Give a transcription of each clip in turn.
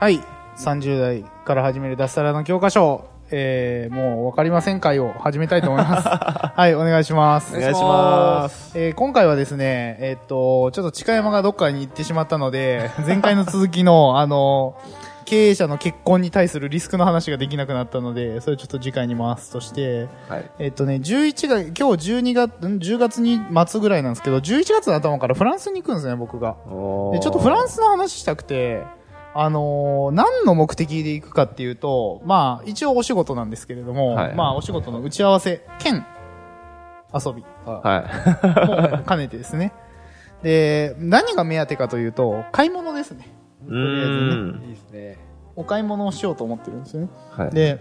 はい30代から始める脱サラの教科書、えー、もう分かりません会を始めたいと思います はいお願いしますお願いします。えー今回はですね、えっと、ちょっと近山がどっかに行ってしまったの で、前回の続きの、あの、経営者の結婚に対するリスクの話ができなくなったので、それちょっと次回に回すとして、はい。えっとね、11月、今日12月、ん10月に末ぐらいなんですけど、11月の頭からフランスに行くんですね、僕が。でちょっとフランスの話したくて、あのー何の目的で行くかっていうと、まあ、一応お仕事なんですけれども、はいまあ、お仕事の打ち合わせ、兼、遊び、はも兼ねてですね。で、何が目当てかというと、買い物ですね。い。うーん。いいですね。お買い物をしようと思ってるんですよね。はい。で、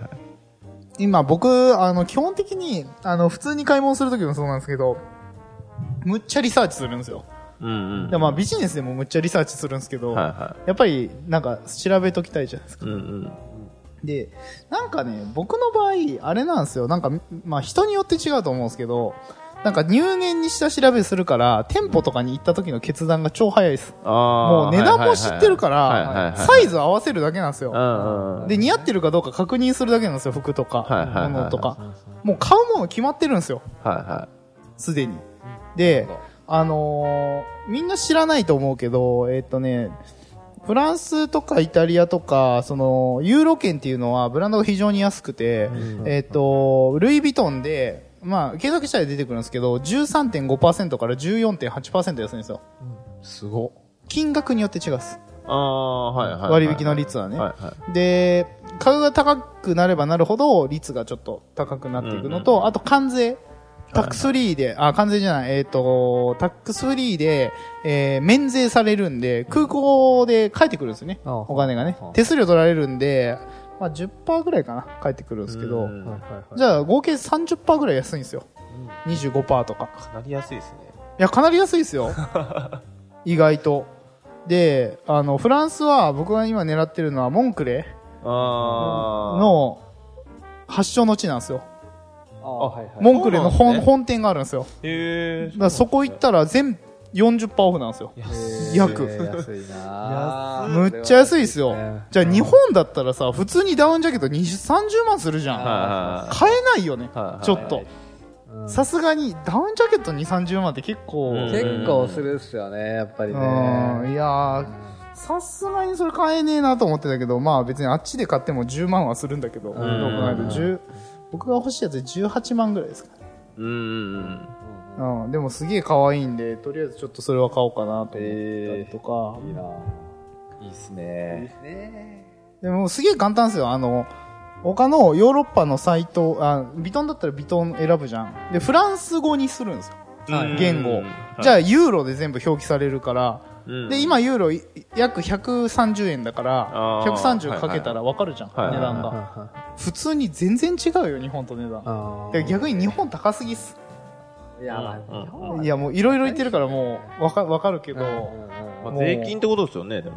今僕、あの、基本的に、あの、普通に買い物するときもそうなんですけど、むっちゃリサーチするんですよ。うんうん。でまあ、ビジネスでもむっちゃリサーチするんですけど、はいはやっぱり、なんか、調べときたいじゃないですい。か。うんうん。で、なんかね、僕の場合、あれなんですよ。なんか、まあ、人によって違うと思うんですけど、なんか入念に下調べするから、店舗とかに行った時の決断が超早いです。ああ。もう値段も知ってるから、サイズ。ズ合わせるだけなんですうよ。んうん。で、似合ってるかどうか確認するだけなんですよ、服とはいはいはか、い物とか。もう買うもの決まってるんですよ、はいはすでに。で、あのーみんな知らないと思うけど、えっとね、フランスとかイタリアとか、その、ユーロ圏っていうのはブランドが非常に安くて、えっと、ルイ・ヴィトンで、まあ、検索したら出てくるんですけど、13.5%から14.8%安いんですよ。すごっ。金額によって違うんです。い。ああ、はいはいはい。割引の率はね。はいはで、株が高くなればなるほど率がちょっと高くなっていくのと、あと関税。タックスフリーで、あ、関税じゃない、えっ、と、タックスフリーで、えー免税されるんで、空港で返ってくるんですよね。ああお金がねあ。あ手数料取られるんで、まあ10%ぐらいかな、返ってくるんでい。すけど、うんじゃあ合計30%ぐらい安いんですよ。25%とか。なりやすいですね。いや、かなり安いですよ。意外と。で、あの、フランスは僕が今狙ってるのはモンクレああ。、の発祥の地なんですよ。あ、はいはい。モンクレのそう本,、なんですね本店があるんですよ。へえだ。からそこ行ったら全40%オフなんですよ。安い約安いなむっちゃ安いですよね。じゃあ日本だったらさ、普通にダウンジャケット20、30万するじゃん。は買えないよねはいはいは。いちょっと。さすがにダウンジャケット2、30万って結構。ううんん。結い結構するっすよね、やっぱりね。やー。さすがにそれ買えねえなと思ってたけど、まあ別にあっちで買っても10万はするんだけど、どう考えても10僕が欲しいやつで18万ぐらいですかね。い。うんうんうん、でもすげえ可愛いんで、とりあえずちょっとそれは買おうかなと思ったりとか。いいないいっすね。でもすげえ簡単ですよ。あの、他のヨーロッパのサイト、あ、ビトンだったらビトン選ぶじゃん。で、フランス語にするんですよ。うん。言語うん。じゃあ、ユーロで全部表記されるから。うんで、今、ユーロい約130円だからあ、ー130かけたらわかるじゃん、はいはい値段が。あ普通に全然違うよ、日本と値段。あで逆に日本高すぎっす。いや、まあ、日本はいや、もういろいろ言ってるからもう、わか、わかるけうんうんど、うんまあ税金ってことですよね、でも。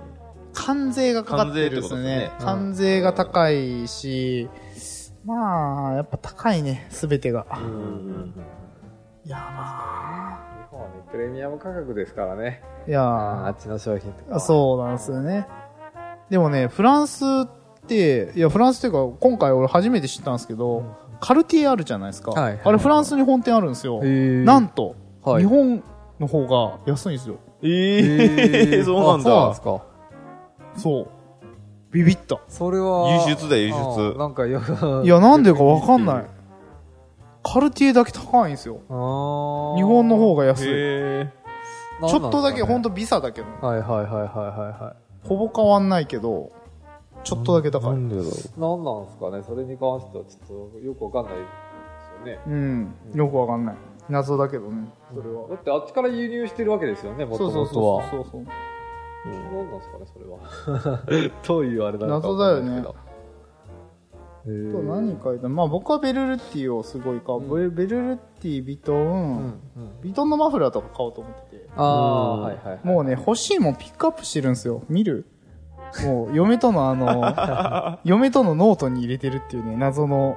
関税がかかってるんですよね。関関税が高いし、まあ、やっぱ高いね、すべてが。うん。いや、まあ、日本はね、プレミアム価格ですからね。いあやっちの商品とー、か。う。そうなんですよね。でもね、フランスって、いや、フランスっていうか、今回俺初めて知ったんですけど、カルティエあるじゃないですか。はいあれフランスに本店あるんですよ。ななんと、はい日本の方が安いんですよ。ええ、そうなんそうなんでだす。か。そう。ビビった。それは。輸出だよ輸出あなんかよく。いや、なんでかわかんなうい。カルティエだけ高いんですよ。あー日本の方が安い。へえ。ちょっとだけ、ほん当とビザだけど、はいはいはいはいはいはほぼ変わんないけど、ちょっとだけ高い。んでだろう。い。なんなんですかね、それに関してはちょっとよくわかんないですよね。うん、よくわかんない。謎だけどね。それは。だってあっちから輸入してるわけですよね、もとそうそもとうは。そうそうそうそう。何なんですかね、それは。どういうあれなのか謎だよねわかんないですけど。あへとー何書いたまあ僕はベルルッティをすごい買う、ベベルルッティビトン、うんうんビトンのマフラーとか買おうと思っててああ、はいはいはい。もうね欲しいもんピックアップしてるんですよ見るもう嫁との あの嫁とのノートに入れてるっていうね謎の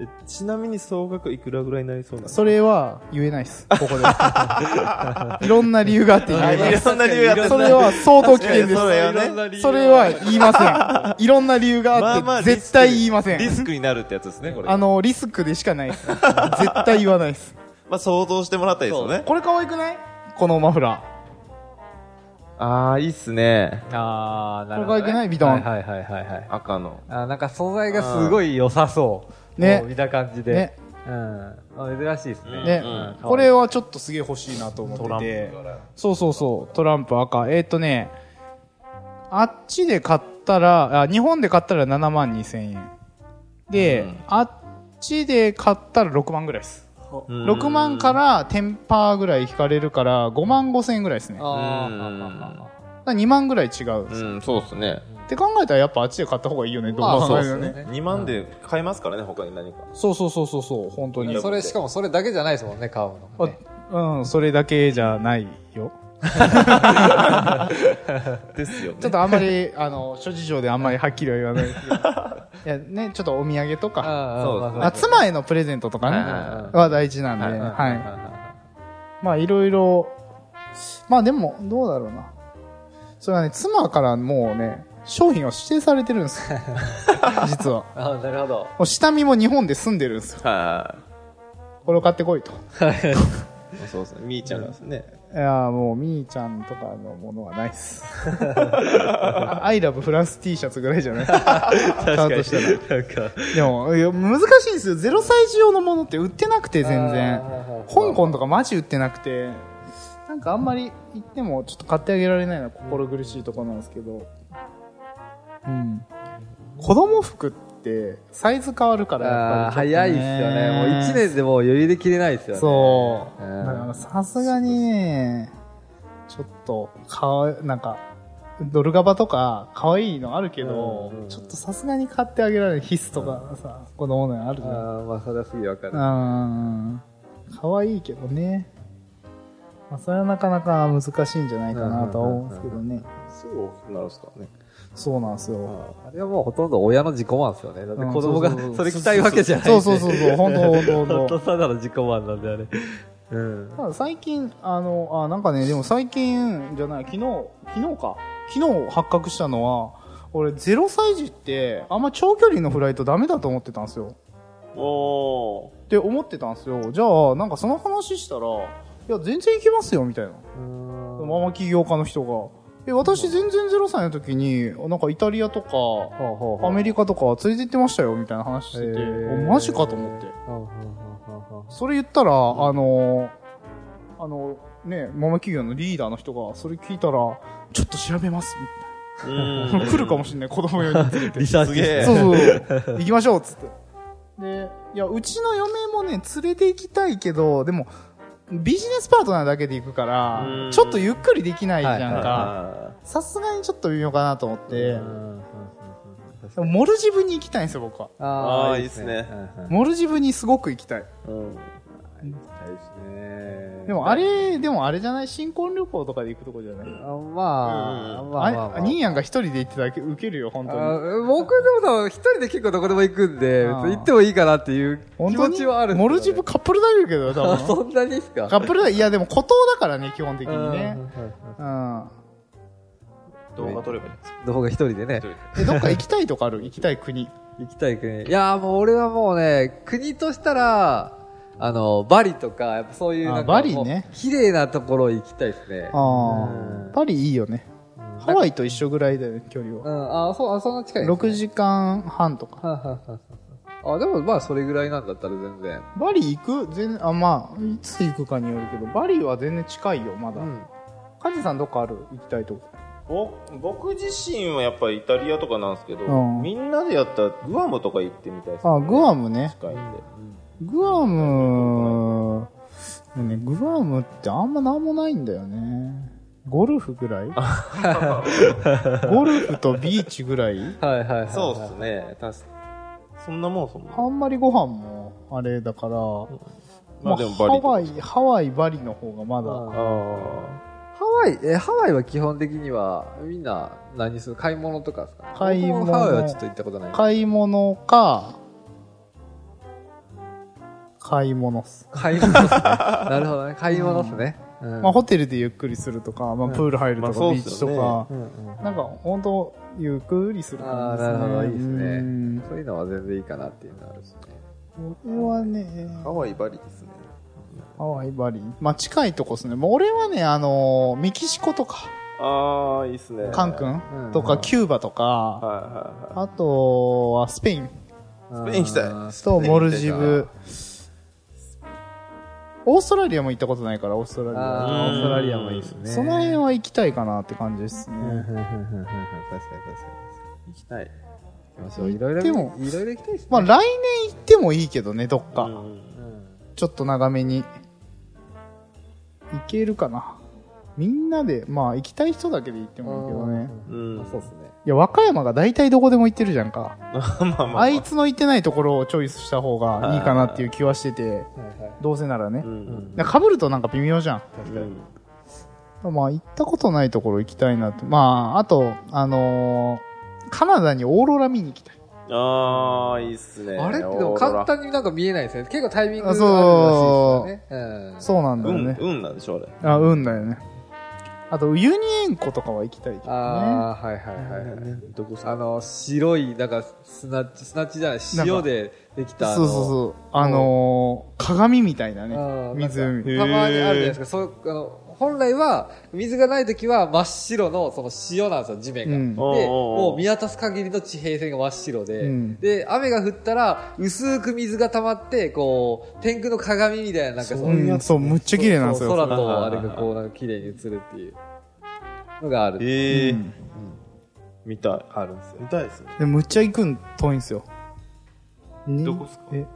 えちなみに総額いくらぐらいになりそうなのそれは言えないですここ でいろんな理由があって言えないですんな理由やってそれは相当危険でいやそれはねすそれは言い ませんいろんな理由があって、まあまあ絶対言いませんリスクになるってやつですね、これ。あの、リスクでしかないです。絶対言わないです。まあ、想像してもらったらいいですよね。これ可愛くないこのマフラああ、いいっすね。ああ、なるほこど、れ可愛くね。ないビトンはいはいはいはい、はい。赤の。あーなんか素材がすごい良さそう。ねこう見た感じー。で。ね。うん。あ珍しいですね。ねう。んこれはちょっとすげえ欲しいなと思ってて。そうそうそう。トランプ赤。えーっとね、あっちで買ったら、あ、日本で買ったら7万2千円。でうん、あっちで買ったら6万ぐらいです。6万から10%パーぐらい引かれるから5万5千円ぐらいですね。だかあうーんまあまあまあまら2万ぐらい違う。うん、そうっすね。って考えたらやっぱあっちで買った方がいいよね、どまあう考そうえでてすもねね。 2万で買えますからね、他に何か。そうそうそうそうそう、本当あ。に。それしかもそれだけじゃないですもんね、買うのがね。うん、それだけじゃないよ。ですよね。ちょっとあんま り、あの、諸事情であんまりはっきりは言わないです けど。いや、ね、ちょっとお土産とか、そうあーあ妻へのプレゼントとかね、はは大事なんで、まあまあははいい。まあ、いろいろ、まあでも、どうだろうな。それはね、妻からもうね、商品を指定されてるん ですよ。実は。あーなるほど。もう下見も日本で住んでるんですよ。はこれを買ってこいと。い。そうっすね。みーちゃんですね。いやーもう、みーちゃんとかのものはないっ す。アイラブフランス T シャツぐらいじゃないちゃんとしたら。でも、いや難しいんですよ。ゼロ歳児用のものって売ってなくて、全然。香港とかマジ売ってなくて、なんかあんまり行ってもちょっと買ってあげられないのは心苦しいとこなんですけど。うん。子供服って、サイズ変わるからやあっーぱりちょっ早とね、いですよね。もう1年でもう余裕で切れないですよね。そう。うんだからさすがにね、ちょっと、かわ、なんか、ドルガバとか、可愛いのあるけど、うんうんちょっとさすがに買ってあげられない必須とかさ、子供のやあるじあゃん。ーまあ、それはすぐわかる。うん。可愛いけどね。まあ、それはなかなか難しいんじゃないかなとは思うんですけどね。すぐ大きくなるっすからね。そうなんですよ。あれはもうほとんど親の自己満ですよね。だって子供がうんそうそうそそうれ着たいわけじゃないんで。そうそうそうそう、本当本当本 ほん当とただの自己満なんであれ。うん。ただ最近、あの、あ、なんかね、でも最近じゃない、昨日、昨日か。昨日発覚したのは、俺、ゼロ歳児って、あんま長距離のフライトダメだと思ってたんですよ。おー。って思ってたんですよ。じゃあ、なんかその話したら、いや、全然行きますよ、みたいな。ママ起業家の人が。え、私全然ゼロ歳の時に、なんかイタリアとか、ほうほうほうアメリカとか連れて行ってましたよ、みたいな話してて、へーおマジかと思って。ほうほうほうほうそれ言ったら、あのあのね、ママ企業のリーダーの人が、それ聞いたら、ちょっと調べます、みうたいん。 な。来るかもしれない、子供用に。リサーすチげえ。そうそうそう。行きましょう、つって。で、いや、うちの嫁もね、連れて行きたいけど、でも、ビジネスパートナーだけで行くからう、んちょっとゆっくりできないじゃんか。あさすがにちょっと微妙かなと思って、うんでもモルジブに行きたいんですよ、僕は。ああーーいいっすねうんうんモルジブにすごく行きたい。ーうん。いいっすねでもあれ、でもあれじゃない新婚旅行とかで行くとこじゃないあまあ、うんまああれまあまあ。ニーヤンが一人で行ってただけウケるよ、本当に。あ僕でも一人で結構どこでも行くんで、別あーに行ってもいいかなっていう本気当持にちはあるんでモすよねルジブカップルだけど、多あ分。そんなにですかカップルだいや、でも孤島だからね、基本的にね。うん。動画撮ればいいんですの方が一人でね一え、人でどっか行きたいとかある行きたい国。行きたい国いやーもう俺はもうね国としたらあのバリとかやっぱそういうあなんかバリねもう綺麗なところ行きたいですねあうんあ。パリいいよね。ハワイと一緒ぐらいだよね、距離うは。んあそうあそんな近いですね6時間半とか。はあはあはああでもまあそれぐらいなんだったら全然バリ行く全然、あ、まあ、いつ行くかによるけど、バリは全然近いよ、まだ。カジさんどっかある行きたいとこ。ぼ僕自身はやっぱりイタリアとかなんですけど、うんみんなでやったらグアムとか行ってみたいです、ね。あ、グアムね。近いんで。グアム、ね、グアムってあんまなんもないんだよね。ゴルフぐ らいゴルフとビーチぐらいはいはいはい。そうですね。確かそんなもん、そんなあもん。んまりご飯もあれだから、ままああ、でもハバリとかワイ、ハワイ、バリの方がまだ。ああ。ハワイ、え、ハワイは基本的には、みんな何する買い物とかですか買い物僕もハワイはちょっと行ったことない。買い物か、買い物っす。買い物ですね。なるほどね。買い物ですね。うんまあ、ホテルでゆっくりするとか、まあ、プール入るとまあそか、うっビーすチよねとかう、んうんなんか、本当ゆっくりする感じですね。あーなるほどいいですねうんそういうのは全然いいかなっていうのはあるしね。これはね、ハワイ、バリですね。ハワイ、バリ。まあ、近いとこですね。もう俺はね、あのーメキシコとか、ああ、いいっすね。カはン君うんとか、キューバといか、はあとはスペインスペイン行きたいとモルジブ。オーストラリアも行ったことないから、オーストラリあア。ーオーストラリアもいいですね。その辺は行きたいかなって感じですね。うんうんうんうんうん確かに確かい。行きたい。に。行きましょう。いろいろ、でもいろいろ行きたいですね。まあ来年行ってもいいけどね、どっうか。んうんちょっと長めに。行けるかな。みんなで、まあ行きたい人だけで行ってもいいけどね。うんまあそうですね。いや、和歌山が大体どこでも行ってるじゃんか。まあまあまあ。あいつの行ってないところをチョイスした方がいいかなっていう気はしてて、はいはい。どうせならねう。ん。かぶるとなんか微妙じゃん。うんまあ、行ったことないところ行きたいなって。まあ、あと、あのーカナダにオーロラ見に行きたい。ああ、いいっすね。あれってでもオーロ簡ラ単になんか見えないですね。結構タイミングがああるそうらしいですよね。そうなんだよ運ね、。運なんでしょ、あれ。あ、運だよね。あと、ユニエンコとかは行きたいけどね。ああ、はいはいはいはい。どこあの、白い、なんか、砂地、砂地じゃない、塩でできた。そうそうう。そう。あのー鏡みたいなねあー。なんか湖。たまにあるじゃないですか。そう、あの、本来は、水がない時は真っ白の、その塩なんですよ、地面が。うんで、おうおうおうもう見渡す限りの地平線が真っ白で、うんで、雨が降ったら、薄く水が溜まって、こう、天空の鏡みたいな、なんかその、うん、そう、むっちゃ綺麗なんですよ。そう空それとあれがこう、なんか綺麗に映るっていうのがある。ええう。ん見たい。あるんですよ。見たいですね。で、むっちゃ行くん遠いんですよ。にどこっすかえ、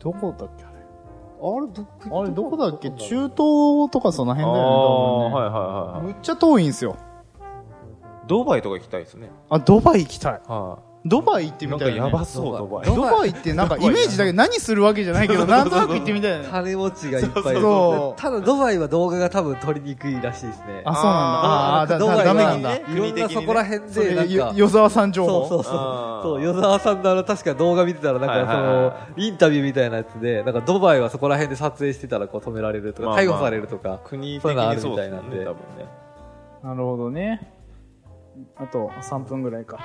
どこだっけあれ。あれ、どこあれ、どこだっけ中どこ東とかそのあ辺だあ、よねはいはい多はい分はね。むっちゃ遠いんですよ。い。ドバイとか行きたいですね。あ、ドバイ行きたい。はドバイ行ってい。みなんたかいよやねばそう、ドドババイイ。ドバイってなんかイメージだけ何するわけじゃないけど、 なんとなく行ってみたいよね。金持ちがいっぱいいるそうただドバイは動画が多分撮りにくいらしいですねあ、そうなんだ。あなあんー、かだ、ドバだイダメはなんだ。いろんなそこら辺そでなれ、んよか与沢さん情報。そうそうそあーうそう与沢さんのあの確か動画見てたらなんはいはいはいかそのインタビューみたいなやつでなんかドバイはそこら辺で撮影してたらこう止められるとかまあまあ逮捕されるとか国そうい的うのにあるそみうたでいすなんね、で多分ね。なるほどね。あと3分ぐらいか。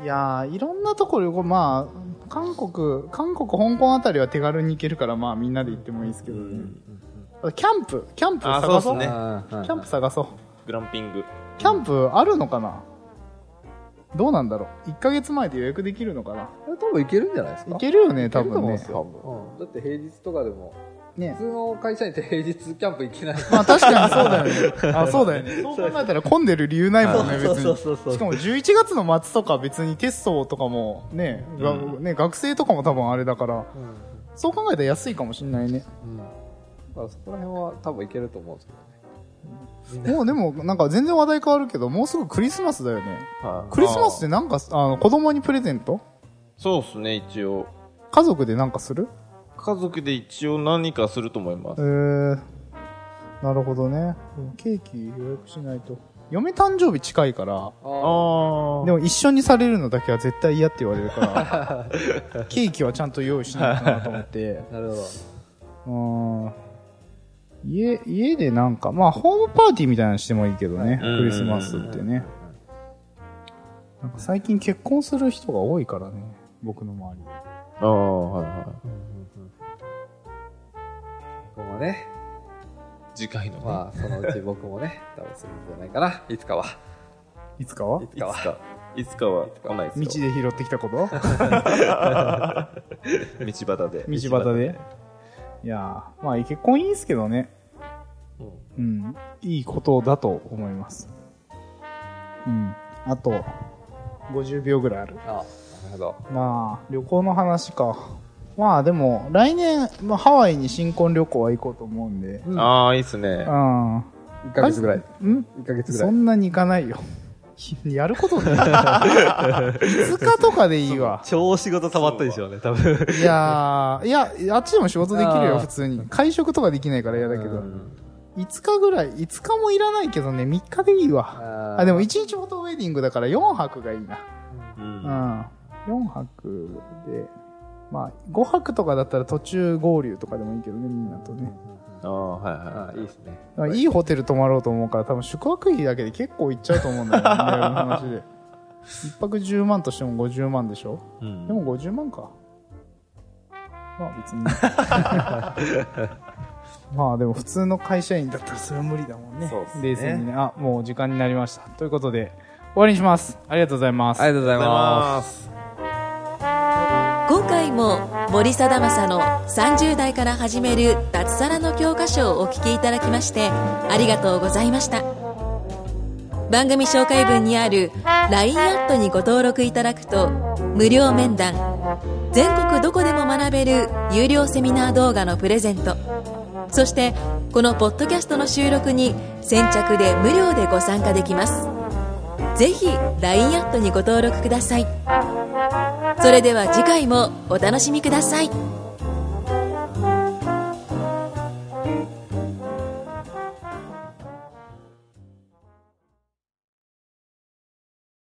いやー、いろんなところ、まあ、韓国、韓国、香港あたりは手軽に行けるから、まあみんなで行ってもいいですけどうね。んあとキャンプ、キャンプあ探そそうう。っすキねャンプね探そう。グランピング。キャンプあるのかなどうなんだろう ?1 ヶ月前で予約できるのかな多分いけるんじゃないですかいけるよね、多いけると分思うんねです。よだって平日とかでもね普通の会社員って平日キャンプ行けない まあ確かにそうだよね。あ、そうだよね。そう考えたら混んでる理由ないもんね、別そうに。そうそうそうしかも11月の末とか別にテストとかもね、がうんね、学生とかも多分あれだから、そう考えたら安いかもしんないね。うんだからそこら辺は多分いけると思うんですけどねもうでもなんか全然話題変わるけど、もうすぐクリスマスだよね。はいクリスマスってなんか、あの、子供にプレゼントそうですね、一応。家族でなんかする家族で一応何かすると思いまえす。ー、なるほどね。でもケーキ予約しないと。嫁誕生日近いから、あああ。でも一緒にされるのだけは絶対嫌って言われるから ケーキはちゃんと用意しないとなと思ってあなるほどうん家家でなんかまあホームパーティーみたいなのしてもいいけどねうんクリスマスってねなんか最近結婚する人が多いからね僕の周りでああ、はいは僕もねい。次回のね。まあそのうち僕もね多分するんじゃないかないつかはいつかはいついつかはか、いつかは来ない道でですよ。拾ってきたこと 道端で。道端でいやーまあ結婚いいんすけどねううんん、いいことだと思います。うん。あと、50秒ぐらいある。あなるほどまあ、旅行の話か。まあでも、来年、まあ、ハワイに新婚旅行は行こうと思うんで、うんああ、いいっすね。うん。 1ヶ月ぐらい。ん1ヶ月ぐらそい。んなにいかないよ。 やることない。5日とかでいい わ。超仕事溜まったでしょうね、多分。いやー、いや、あっちでも仕事できるあよ、ー普通に。会食とかできないから嫌だけど。5日ぐらい、5日もいらないけどね、3日でいいわ。ああ、でも1日フォトウェディングだから4泊がいいな。うん。うん。4泊で、まあ、5泊とかだったら途中合流とかでもいいけどね、みんなとね。ああ、はいはい。あいいですね。だからいいホテル泊まろうと思うから、多分宿泊費だけで結構いっちゃうと思うんだ よね、リアルな話で。1泊10万としても50万でしょうんでも50万か。まあ 別に。まあでも普通の会社員だったらそれは無理だもんね。そうっすね冷静にね。あ、もう時間になりました。ということで、終わりにします。ありがとうございます。ありがとうございます。す。今回も森貞正の30代から始める脱サラの教科書をお聞きいただきましてありがとうございました番組紹介文にある LINE アットにご登録いただくと無料面談全国どこでも学べる有料セミナー動画のプレゼントそしてこのポッドキャストの収録に先着で無料でご参加できますぜひ LINE アットにご登録くださいそれでは次回もお楽しみください